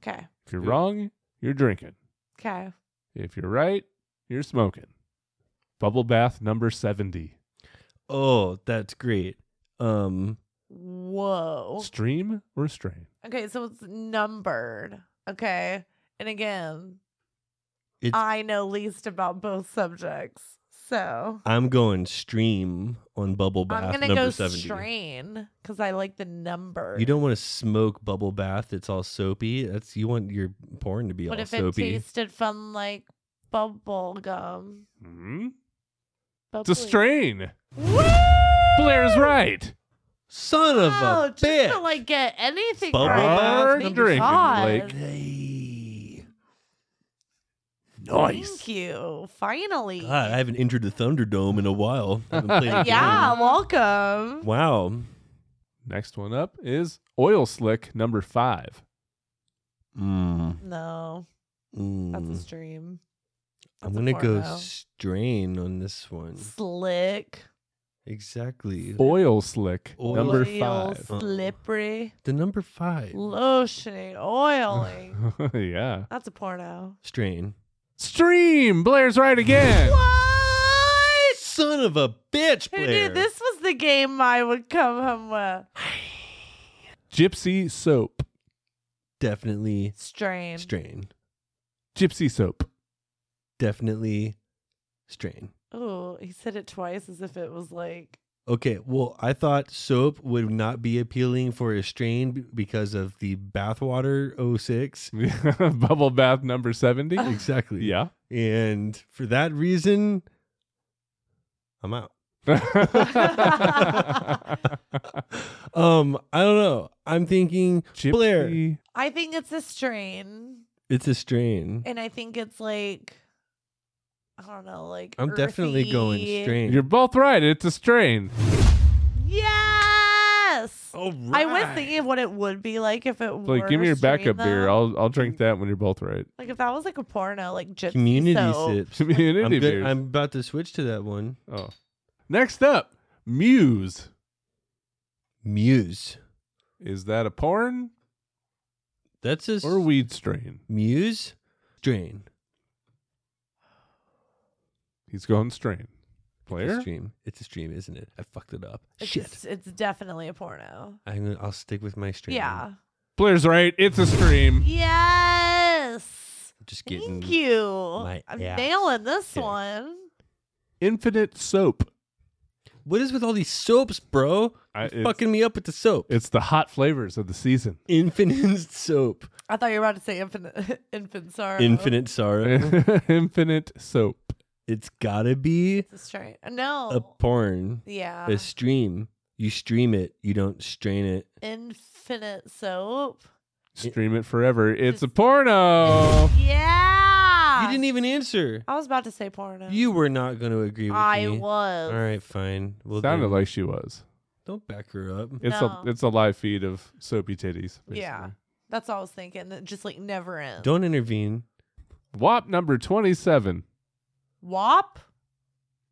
Okay.
If you're wrong, you're drinking.
Okay.
If you're right, you're smoking. Bubble bath number 70.
Oh, that's great. Um,
Whoa.
Stream or strain?
Okay, so it's numbered. Okay. And again,
It's-
I know least about both subjects. So
I'm going stream on bubble bath
I'm going to
number
go
70.
strain because I like the number.
You don't want to smoke bubble bath that's all soapy. That's you want your porn to be
What
all
if it
soapy.
tasted fun like bubble gum?
Mm-hmm.
Hmm? It's
Bubbly.
a strain. Blair's right.
Son of
Oh,
a
just to
bitch.
like get anything
Bubble
right.
bath
Thank
number
God.
Blake.
Thank you. Finally.
God, I haven't entered the Thunderdome in a while. I haven't played a
yeah,
game.
welcome.
Wow.
Next one up is Oil Slick number five.
Mm.
No, that's a
Mm.
stream.
I'm
that's
gonna
a
go
porno.
strain on this one.
Slick,
Exactly.
Oil Slick
Oil-
number
oil,
five.
slippery,
The number five
lotioning, oiling.
yeah.
That's a porno.
strain.
Stream. Blair's right again.
Son of a bitch,
Who
Blair.
knew this was the game I would come home with?
Gypsy soap.
Definitely
Strain.
strain.
Gypsy soap.
Definitely strain.
Oh, he said it twice as if it was like
Okay, well, I thought soap would not be appealing for a strain b- because of the bathwater 06.
Bubble bath number 70.
Ah.
exactly.
yeah.
And for that reason, I'm out. um, I don't know. I'm thinking Blair.
Gypsy.
I think it's a strain,
It's a strain.
and I think it's like I don't know, like
I'm definitely going
earthy.
strain.
You're both right. It's a strain.
Yes.
All
I was thinking of what it would be like if it
Like,
were
give me your
strain,
backup
though.
beer. I'll I'll drink that when you're both right.
like if that was like a porno, like gypsy
Community
soap.
sips.
Community
I'm, good.
beers.
I'm about to switch to that one.
Oh. Next up, Muse.
Muse.
Is that a porn
That's a s-
or weed strain?
Muse strain.
He's going strain. Player?
It's a stream. It's a stream, isn't it? I fucked it up.
It's,
Shit.
it's definitely a porno.
I'm gonna, I'll stick with my stream.
Yeah.
Blair's right. It's a stream.
Yes.
I'm just getting.
Thank you.
my
I'm
ass
nailing this
kicked.
one.
Infinite soap.
What is with all these soaps, bro?
I-
You're
it's-
fucking me up with the soap.
It's the hot flavors of the season.
Infinite soap.
I thought you were about to say infinite infant sorrow.
Infinite sorrow.
Infinite soap.
it's gotta be
It's a strain. Uh, No.
a porn,
Oh. yeah.
a stream. You stream it. You don't strain it.
infinite soap.
Stream it forever. It's a porno.
Yeah.
You didn't even answer.
I was about to say porno.
You were not going to agree with
I
me.
was.
All right, fine. Well,
Sounded
then,
like she was.
don't back her up.
It's
No.
a it's a live feed of soapy titties.
Yeah.
basically.
That's all I was thinking. It just like never ends.
Don't intervene.
WAP number 27.
WAP?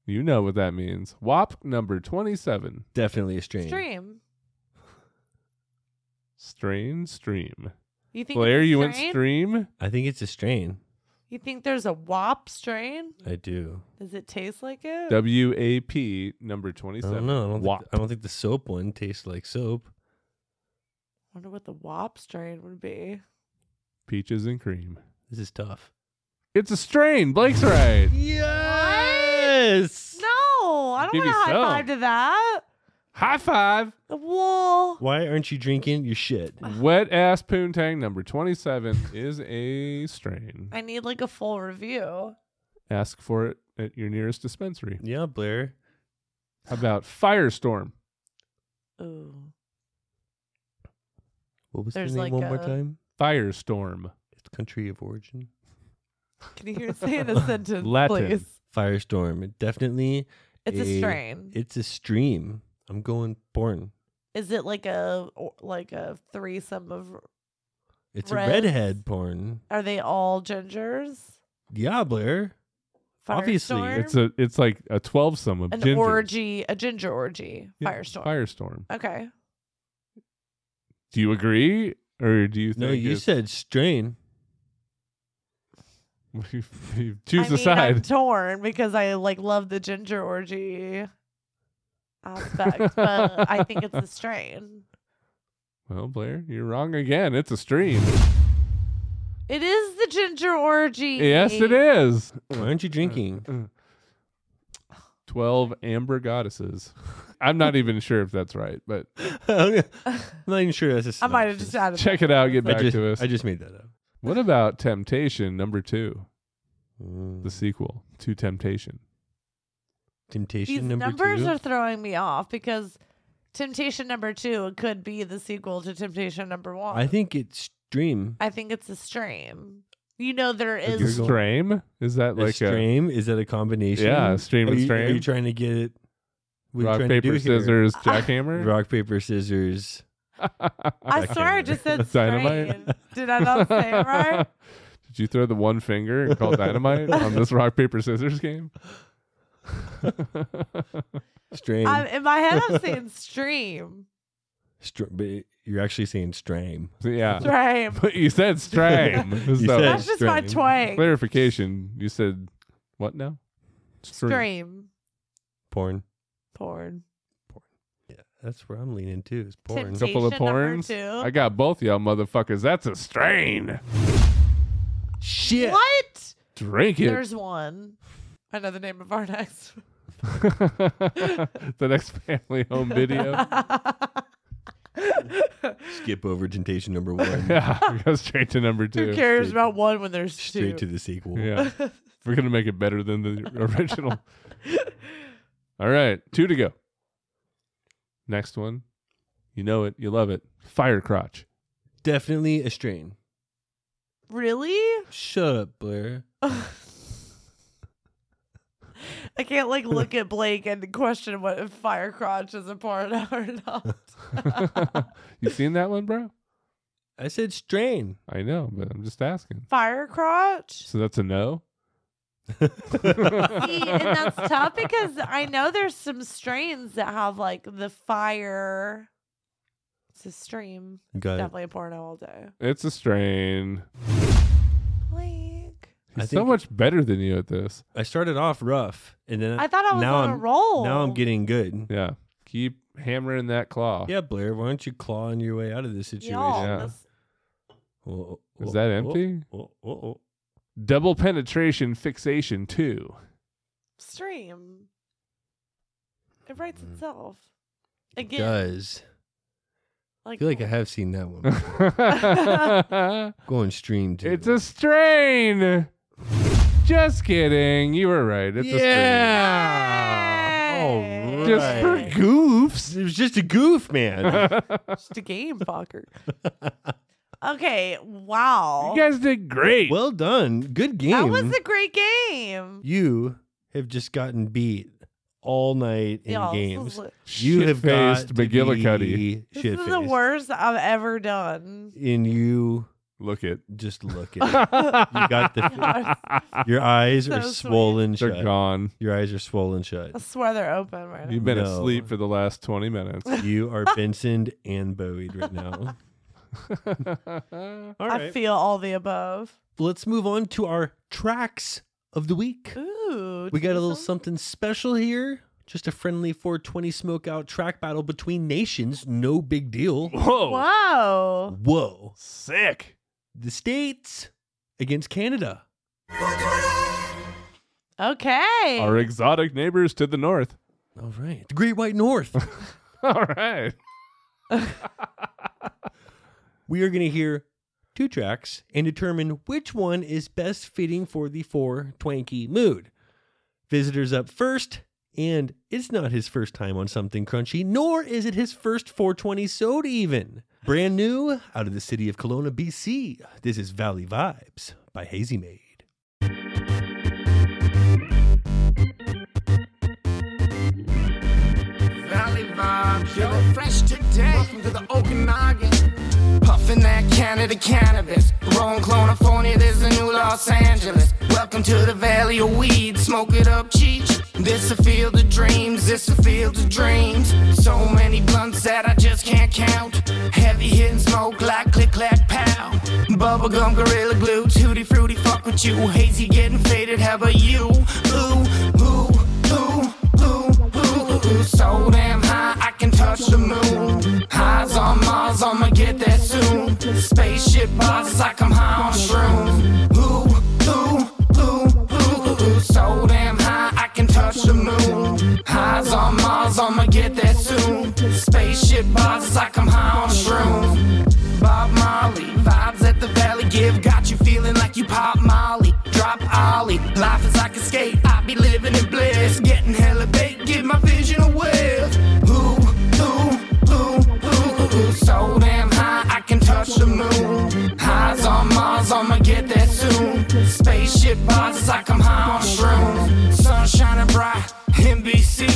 You know what that means. WAP number 27.
Definitely a stream.
Stream.
Strain, stream.
You think
Blair,
it's a
you went
strain?
stream?
I think it's a strain.
You think there's a WAP strain?
I do.
Does it taste like it?
W A P number 27.
I don't know. I don't,
WAP.
think, I don't think the soap one tastes like soap.
wonder what the WAP strain would be.
Peaches and cream.
This is tough.
It's a strain. Blake's right.
Yes.
No, I don't
Give
want to
you
high
some.
five to that.
High five.
Well,
Why aren't you drinking your shit?
Wet ass poontang number 27 is a strain.
I need like a full review.
Ask for it at your nearest dispensary.
Yeah, Blair.
How about Firestorm?
Ooh.
What was
There's
the name
like
one more
a-
time?
Firestorm.
It's country of origin.
Can you hear it say in a sentence,
Latin.
please?
Firestorm. It Definitely.
It's a strain.
It's a stream. I'm going porn.
Is it like a or- like a threesome of?
It's
Reds?
a redhead porn.
Are they all gingers?
Yeah, Blair.
Obviously,
Firestorm?
it's a it's like a twelve sum of
an
ginger.
orgy, a ginger orgy,
Yeah,
firestorm.
Firestorm.
Okay.
Do you agree, or do you think?
No, you
it's-
said strain.
you choose
I
a
mean, I'm
side.
torn because I like love the ginger orgy aspect, but I think it's a strain.
Well, Blair, you're wrong again. It's a stream.
It is the ginger orgy.
yes, it is.
Why aren't you drinking?
Twelve amber goddesses. I'm not even sure if that's right, but
I'm not even sure that's a
I might have just added.
check it out. Get
I
back
just-
to us.
I just made that up.
What about Temptation number two?
Mm.
The sequel to Temptation.
Temptation
These numbers are throwing me off because Temptation Number Two could be the sequel to Temptation Number One.
I think it's stream.
I think it's a stream. You know, there
Is
is
Strame? Is that like uh,
a stream? Is that a combination?
Yeah, stream
Are
and
you- Are you
stream.
trying to get it? what are you
rock,
trying to do
paper,
here?
scissors, jackhammer?
Rock paper scissors.
I swear I just said
Dynamite?
strain. Did I not say it right?
Did you throw the one finger and call dynamite on this rock, paper, scissors game?
Stream.
I'm, in my head, I'm saying stream.
Str- but you're actually saying stream.
Yeah.
Strame.
But you said strame.
You
so-
said
That's just my twang.
Clarification. You said what now? Stream.
Stream.
Porn.
Porn.
That's where I'm leaning too. Is porn.
Couple of
Temptation number
porns.
two.
I got both y'all motherfuckers. That's a strain.
Shit.
What?
Drink it.
There's one. I know the name of our next.
the next family home video.
Skip over temptation number one.
yeah, go straight to number two.
Who cares about one when there's
Straight to
two?
the sequel.
Yeah. We're going to make it better than the original. All right. Two to go. Next one. You know it. You love it. Fire crotch.
Definitely a strain.
Really?
Shut up, Blair.
I can't like look at Blake and question what if fire crotch is a part or not.
you seen that one, bro?
I said strain.
I know, but I'm just asking.
Fire crotch?
So that's a no?
See, and that's tough because I know there's some strains that have like the fire. It's a stream. It's
Uh,
Got it.
Definitely a porno all day.
It's a strain.
Blake.
I
He's so
think-
much better than you at this.
I started off rough, and then
I thought I was
now
on a
I'm-
roll.
Now I'm getting good.
Yeah. Keep hammering that claw.
Yeah, Blair. Why don't you claw on your way out of this situation?
Y'all,
Yeah.
this-
Oh, oh,
Is
oh,
that
oh,
empty?
Oh, oh, oh.
Double penetration fixation two.
stream. It writes itself. Again.
Mm. Does. I
Like,
feel like I have seen that one. Going stream too.
It's a strain. Just kidding. You were right. It's
All
a strain. Just for
right.
goofs.
It was just a goof, man.
just a game fucker. okay. Wow.
You guys did great.
Well done. Good game.
that was a great game.
you have just gotten beat all night in
Y'all, this is
games.
li-
You have got
Shit-faced
to
McGillicuddy.
be
This is
shit-faced.
the worst I've ever done.
And you
Look it.
Just look it. you got the. Your eyes are
So sweet.
swollen
They're
shut.
gone.
Your eyes are swollen shut.
I swear they're open right
You've been
No.
asleep for the last 20 minutes.
You are Bensoned and Bowied right now.
now. I
right.
feel all the above.
Let's move on to our tracks of the week.
Ooh.
We got a little something special here. Just a friendly 420 smoke out track battle between nations. No big deal.
Whoa.
Whoa.
Whoa.
Sick.
The States against Canada.
Okay.
Our exotic neighbors to the north.
All right. The Great White North.
All right.
we are going to hear two tracks and determine which one is best fitting for the four twanky mood. Visitors up first, and it's not his first time on something crunchy, nor is it his first 420 soda even. Brand new out of the city of Kelowna, BC. This is Valley Vibes by Hazy Maid.
Valley vibes, you're fresh today. Welcome to the Okanagan. Puffing that Canada cannabis. Wrong clone of phony, there's a new Los Angeles. Welcome to the valley of weed. Smoke it up, cheech. This a field of dreams, this a field of dreams. So many blunts that I just can't count. Heavy hitting smoke like click clack pow. Bubblegum gorilla glue, tutti fruity, fuck with you. Hazy getting faded, how about you? Ooh, ooh, ooh, ooh, ooh, ooh, ooh. So damn high, I can touch the moon. Highs on Mars, I'ma get there soon. Spaceship bosses, like I'm high on shrooms. Ooh, ooh, ooh, ooh, ooh, ooh. So damn high, I can touch the moon. Highs on Mars, I'ma get there soon. Spaceship bosses, like I'm high on shrooms. Bob Marley, vibes at the valley give, got you feeling like you pop Molly. Drop Ollie, life is like a skate, I be living in bliss. Getting hella baked, give my vision a whiff. Ooh, ooh, ooh, ooh, ooh, so damn high, I can touch the moon. Highs on Mars, I'ma get there soon. Spaceship bosses, like I'm high on shrooms. Sun shining bright, NBC.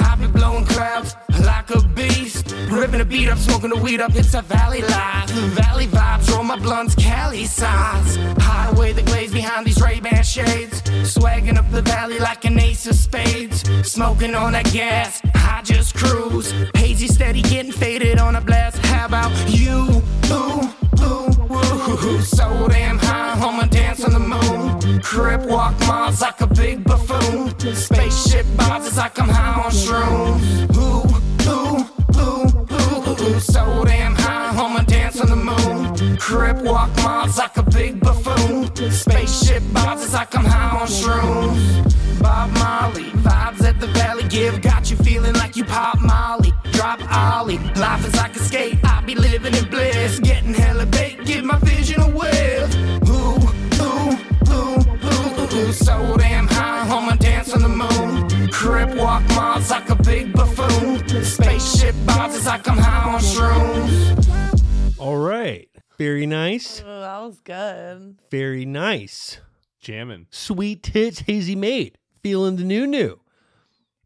I be blowing clouds like a beast. Ripping the beat up, smoking the weed up, it's a valley life. Valley vibes, roll my blunts, Cali size. Highway the glaze behind these Ray-Ban shades. Swagging up the valley like an ace of spades. Smoking on that gas, I just cruise. Hazy steady, getting faded on a blast. How about you? Ooh, ooh, ooh. So damn high, I'ma dance on the moon. Crip walk Mars like a big buffoon. Spaceship bosses like I'm high on shrooms. Ooh, ooh, ooh, ooh, ooh. So damn high, I'ma dance on the moon. Crip walk Mars like a big buffoon. Spaceship bosses like I'm high on shrooms. Bob Marley, vibes at the valley give, got you feeling like you pop Molly. Drop Ollie, life is like a skate, I be living in bliss. Getting hella baked, give my vision a whiff. Ooh, ooh, ooh, ooh, ooh, so damn high, I'ma dance on the moon. Crip walk Mars like a big buffoon. Spaceship bounces like I'm high on shrooms.
All right. Very nice.
Ooh, that was good.
Very nice.
Jamming.
Sweet tits, hazy mate. Feeling the new new.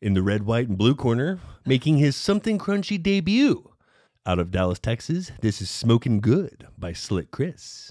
In the red, white, and blue corner, making his something crunchy debut. Out of Dallas, Texas, this is Smoking Good by Slick Chris.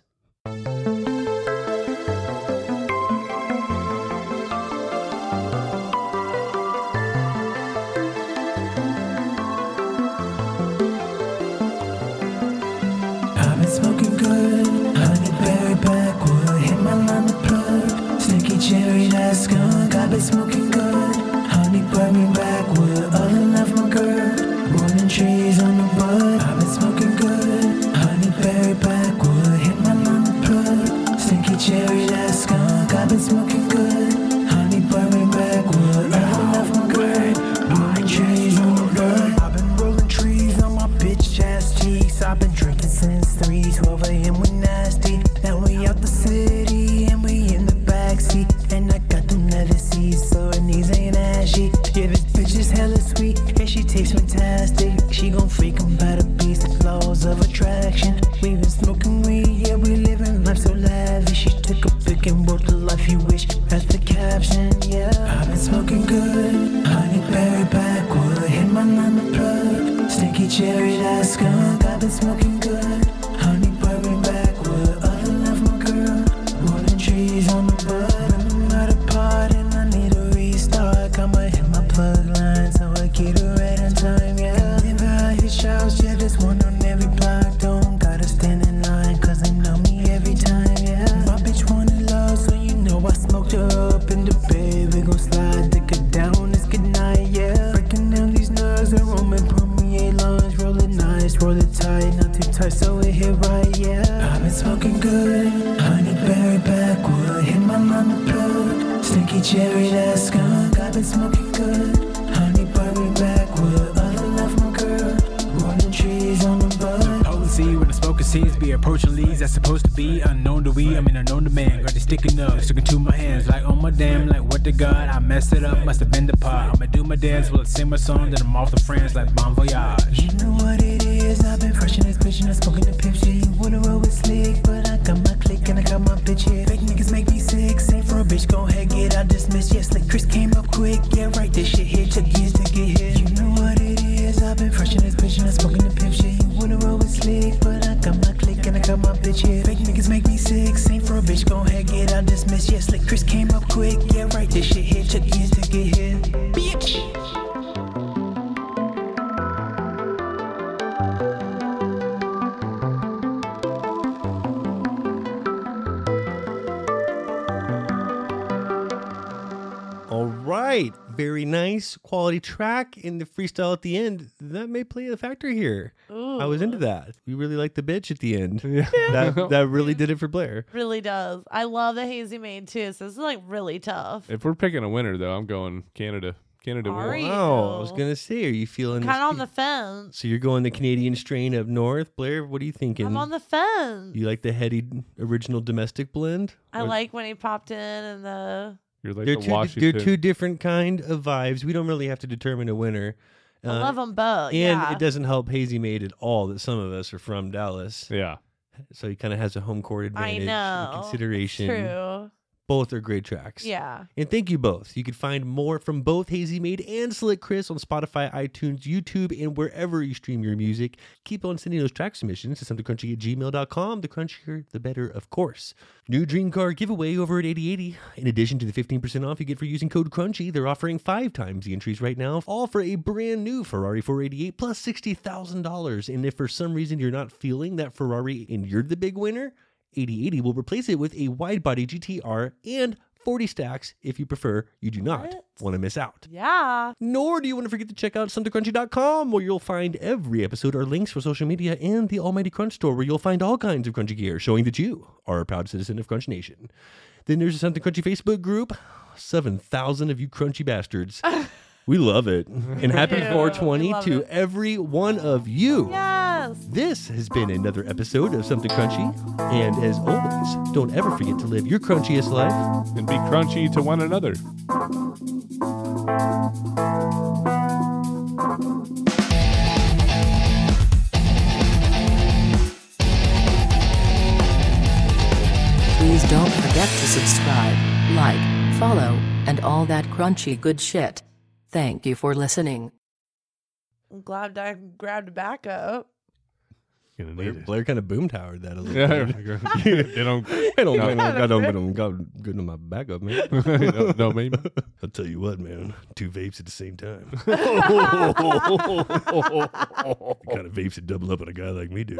I've been smoking good, honeyberry backwood, hit my line the plug, sticky cherry that skunk. I've been smoking good, honeyberry backwood, all in love my girl, rolling trees on the bud. I've been smoking good, honeyberry backwood, hit my line the plug, smoking good. Honeyberry backwood. Hit my mama plug. Stinky cherry, that's skunk. I've been smoking good. Honeyberry backwood. All I love my girl. Rolling trees on the bud.
Policy when the smoker sees be approaching leads that's supposed to be unknown to we. I'm in unknown demand. Got it sticking up, sticking to my hands like oh my damn, like what the god. I messed it up, must have been the pot. I'ma do my dance, will I sing my song, then I'm off to France like Bon Voyage.
You know what it is, I've been fresh in this bitch and I spoke in the picture. You wanna roll with slick, but I got my click and I got my bitch here. Fake niggas make me sick, same for a bitch, go ahead, get out dismissed. Yes, like Chris came up quick, yeah, right, this shit here took years to get here. You know what it is, I've been fresh in this bitch and I spoke in the picture. You wanna roll with slick, but I got my click and I got my bitch here. Fake niggas make me sick, same for a bitch, go ahead, get out dismissed. Yes, like Chris came up quick, yeah, right, this shit here took years to get here. Bitch.
All right. Very nice quality track in the freestyle at the end. That may play a factor here. I was into that. We really liked the bitch at the end. that, that really did it for Blair.
Really does. I love the hazy made too. So this is like really tough.
If we're picking a winner, though, I'm going Canada. Canada
Are
wins.
you?
Wow. I was going to say, are you feeling
Kind
this?
of on the fence.
So you're going the Canadian strain up north. Blair, what are you thinking?
I'm on the fence.
you like the heady original domestic blend?
I
Or-
like when he popped in and the
You're like
they're,
the
two, di-
Washington.
they're two different kind of vibes. We don't really have to determine a winner. Uh,
I
Uh,
love 'em both,
And
yeah.
it doesn't help Hazy Made at all that some of us are from Dallas.
Yeah.
So he kind of has a home court
I
advantage. in
know. It's
Consideration.
True.
Both are great tracks.
Yeah.
And thank you both. You can find more from both Hazy Made and Slick Chris on Spotify, iTunes, YouTube, and wherever you stream your music. Keep on sending those track submissions to somethingcrunchy at gmail.com. The crunchier, the better, of course. New Dream Car giveaway over at 8080. In addition to the 15% off you get for using code CRUNCHY, they're offering five times the entries right now, all for a brand new Ferrari 488 plus $60,000. And if for some reason you're not feeling that Ferrari and you're the big winner, 8080 will replace it with a wide body GTR and 40 stacks if you prefer. You do not want to miss out.
Yeah.
Nor do you want to forget to check out SunderCrunchy.com where you'll find every episode, our links for social media, and the Almighty Crunch Store where you'll find all kinds of crunchy gear showing that you are a proud citizen of Crunch Nation. Then there's the Something Crunchy Facebook group. 7,000 of you crunchy bastards. we love it. And happy
Yeah, we
420
love
to every one of you.
Yes.
This has been another episode of Something Crunchy. And as always, don't ever forget to live your crunchiest life
and be crunchy to one another.
Please don't forget to subscribe, like, follow, and all that crunchy good shit. Thank you for listening.
I'm glad I grabbed it back up.
Blair, Blair kind of boomtowered that a little
Yeah,
bit.
like, they don't-
I don't,
No.
I don't, I don't, I don't got good on my backup, man.
No, no, maybe.
I'll tell you what, man. Two vapes at the same time. the kind of vapes that double up on a guy like me, dude.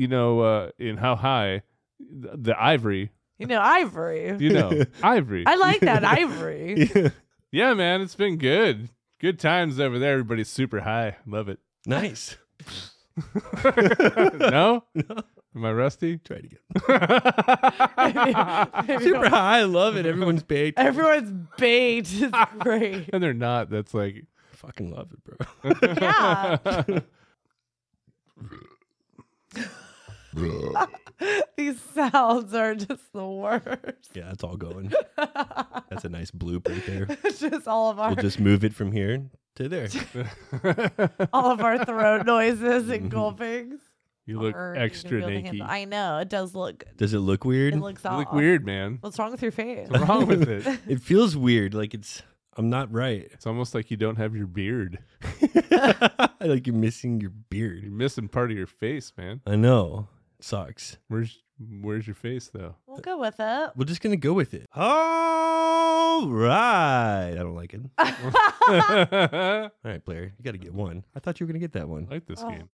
you know, uh, in how high the, the ivory,
You know, ivory.
you know, ivory.
I like that ivory.
Yeah, man, it's been good. Good times over there. Everybody's super high. Love it.
Nice.
no? Am I rusty?
Try it again.
Super
Super high. I love it. Everyone's baked.
Everyone's baked. It's great.
And they're not. That's like.
Fucking love it, bro.
Yeah. These sounds are just the worst.
Yeah, it's all going. That's a nice bloop right there.
It's just all of our
We'll just move it from here to there.
all of our throat noises and gulpings.
Mm-hmm. You look
Or
extra
even building
naked.
it- I know it does look.
Does it look weird?
It looks
You look
off.
weird, man.
What's wrong with your face?
What's wrong with it?
It feels weird. Like it's. I'm not right.
It's almost like you don't have your beard.
like you're missing your beard.
You're missing part of your face, man.
I know. It sucks.
Where's Where's your face though?
We'll go with it.
We're just gonna go with it. All right. I don't like it. All right, Blair, you got to get one. I thought you were gonna get that one.
Oh.
I like this game.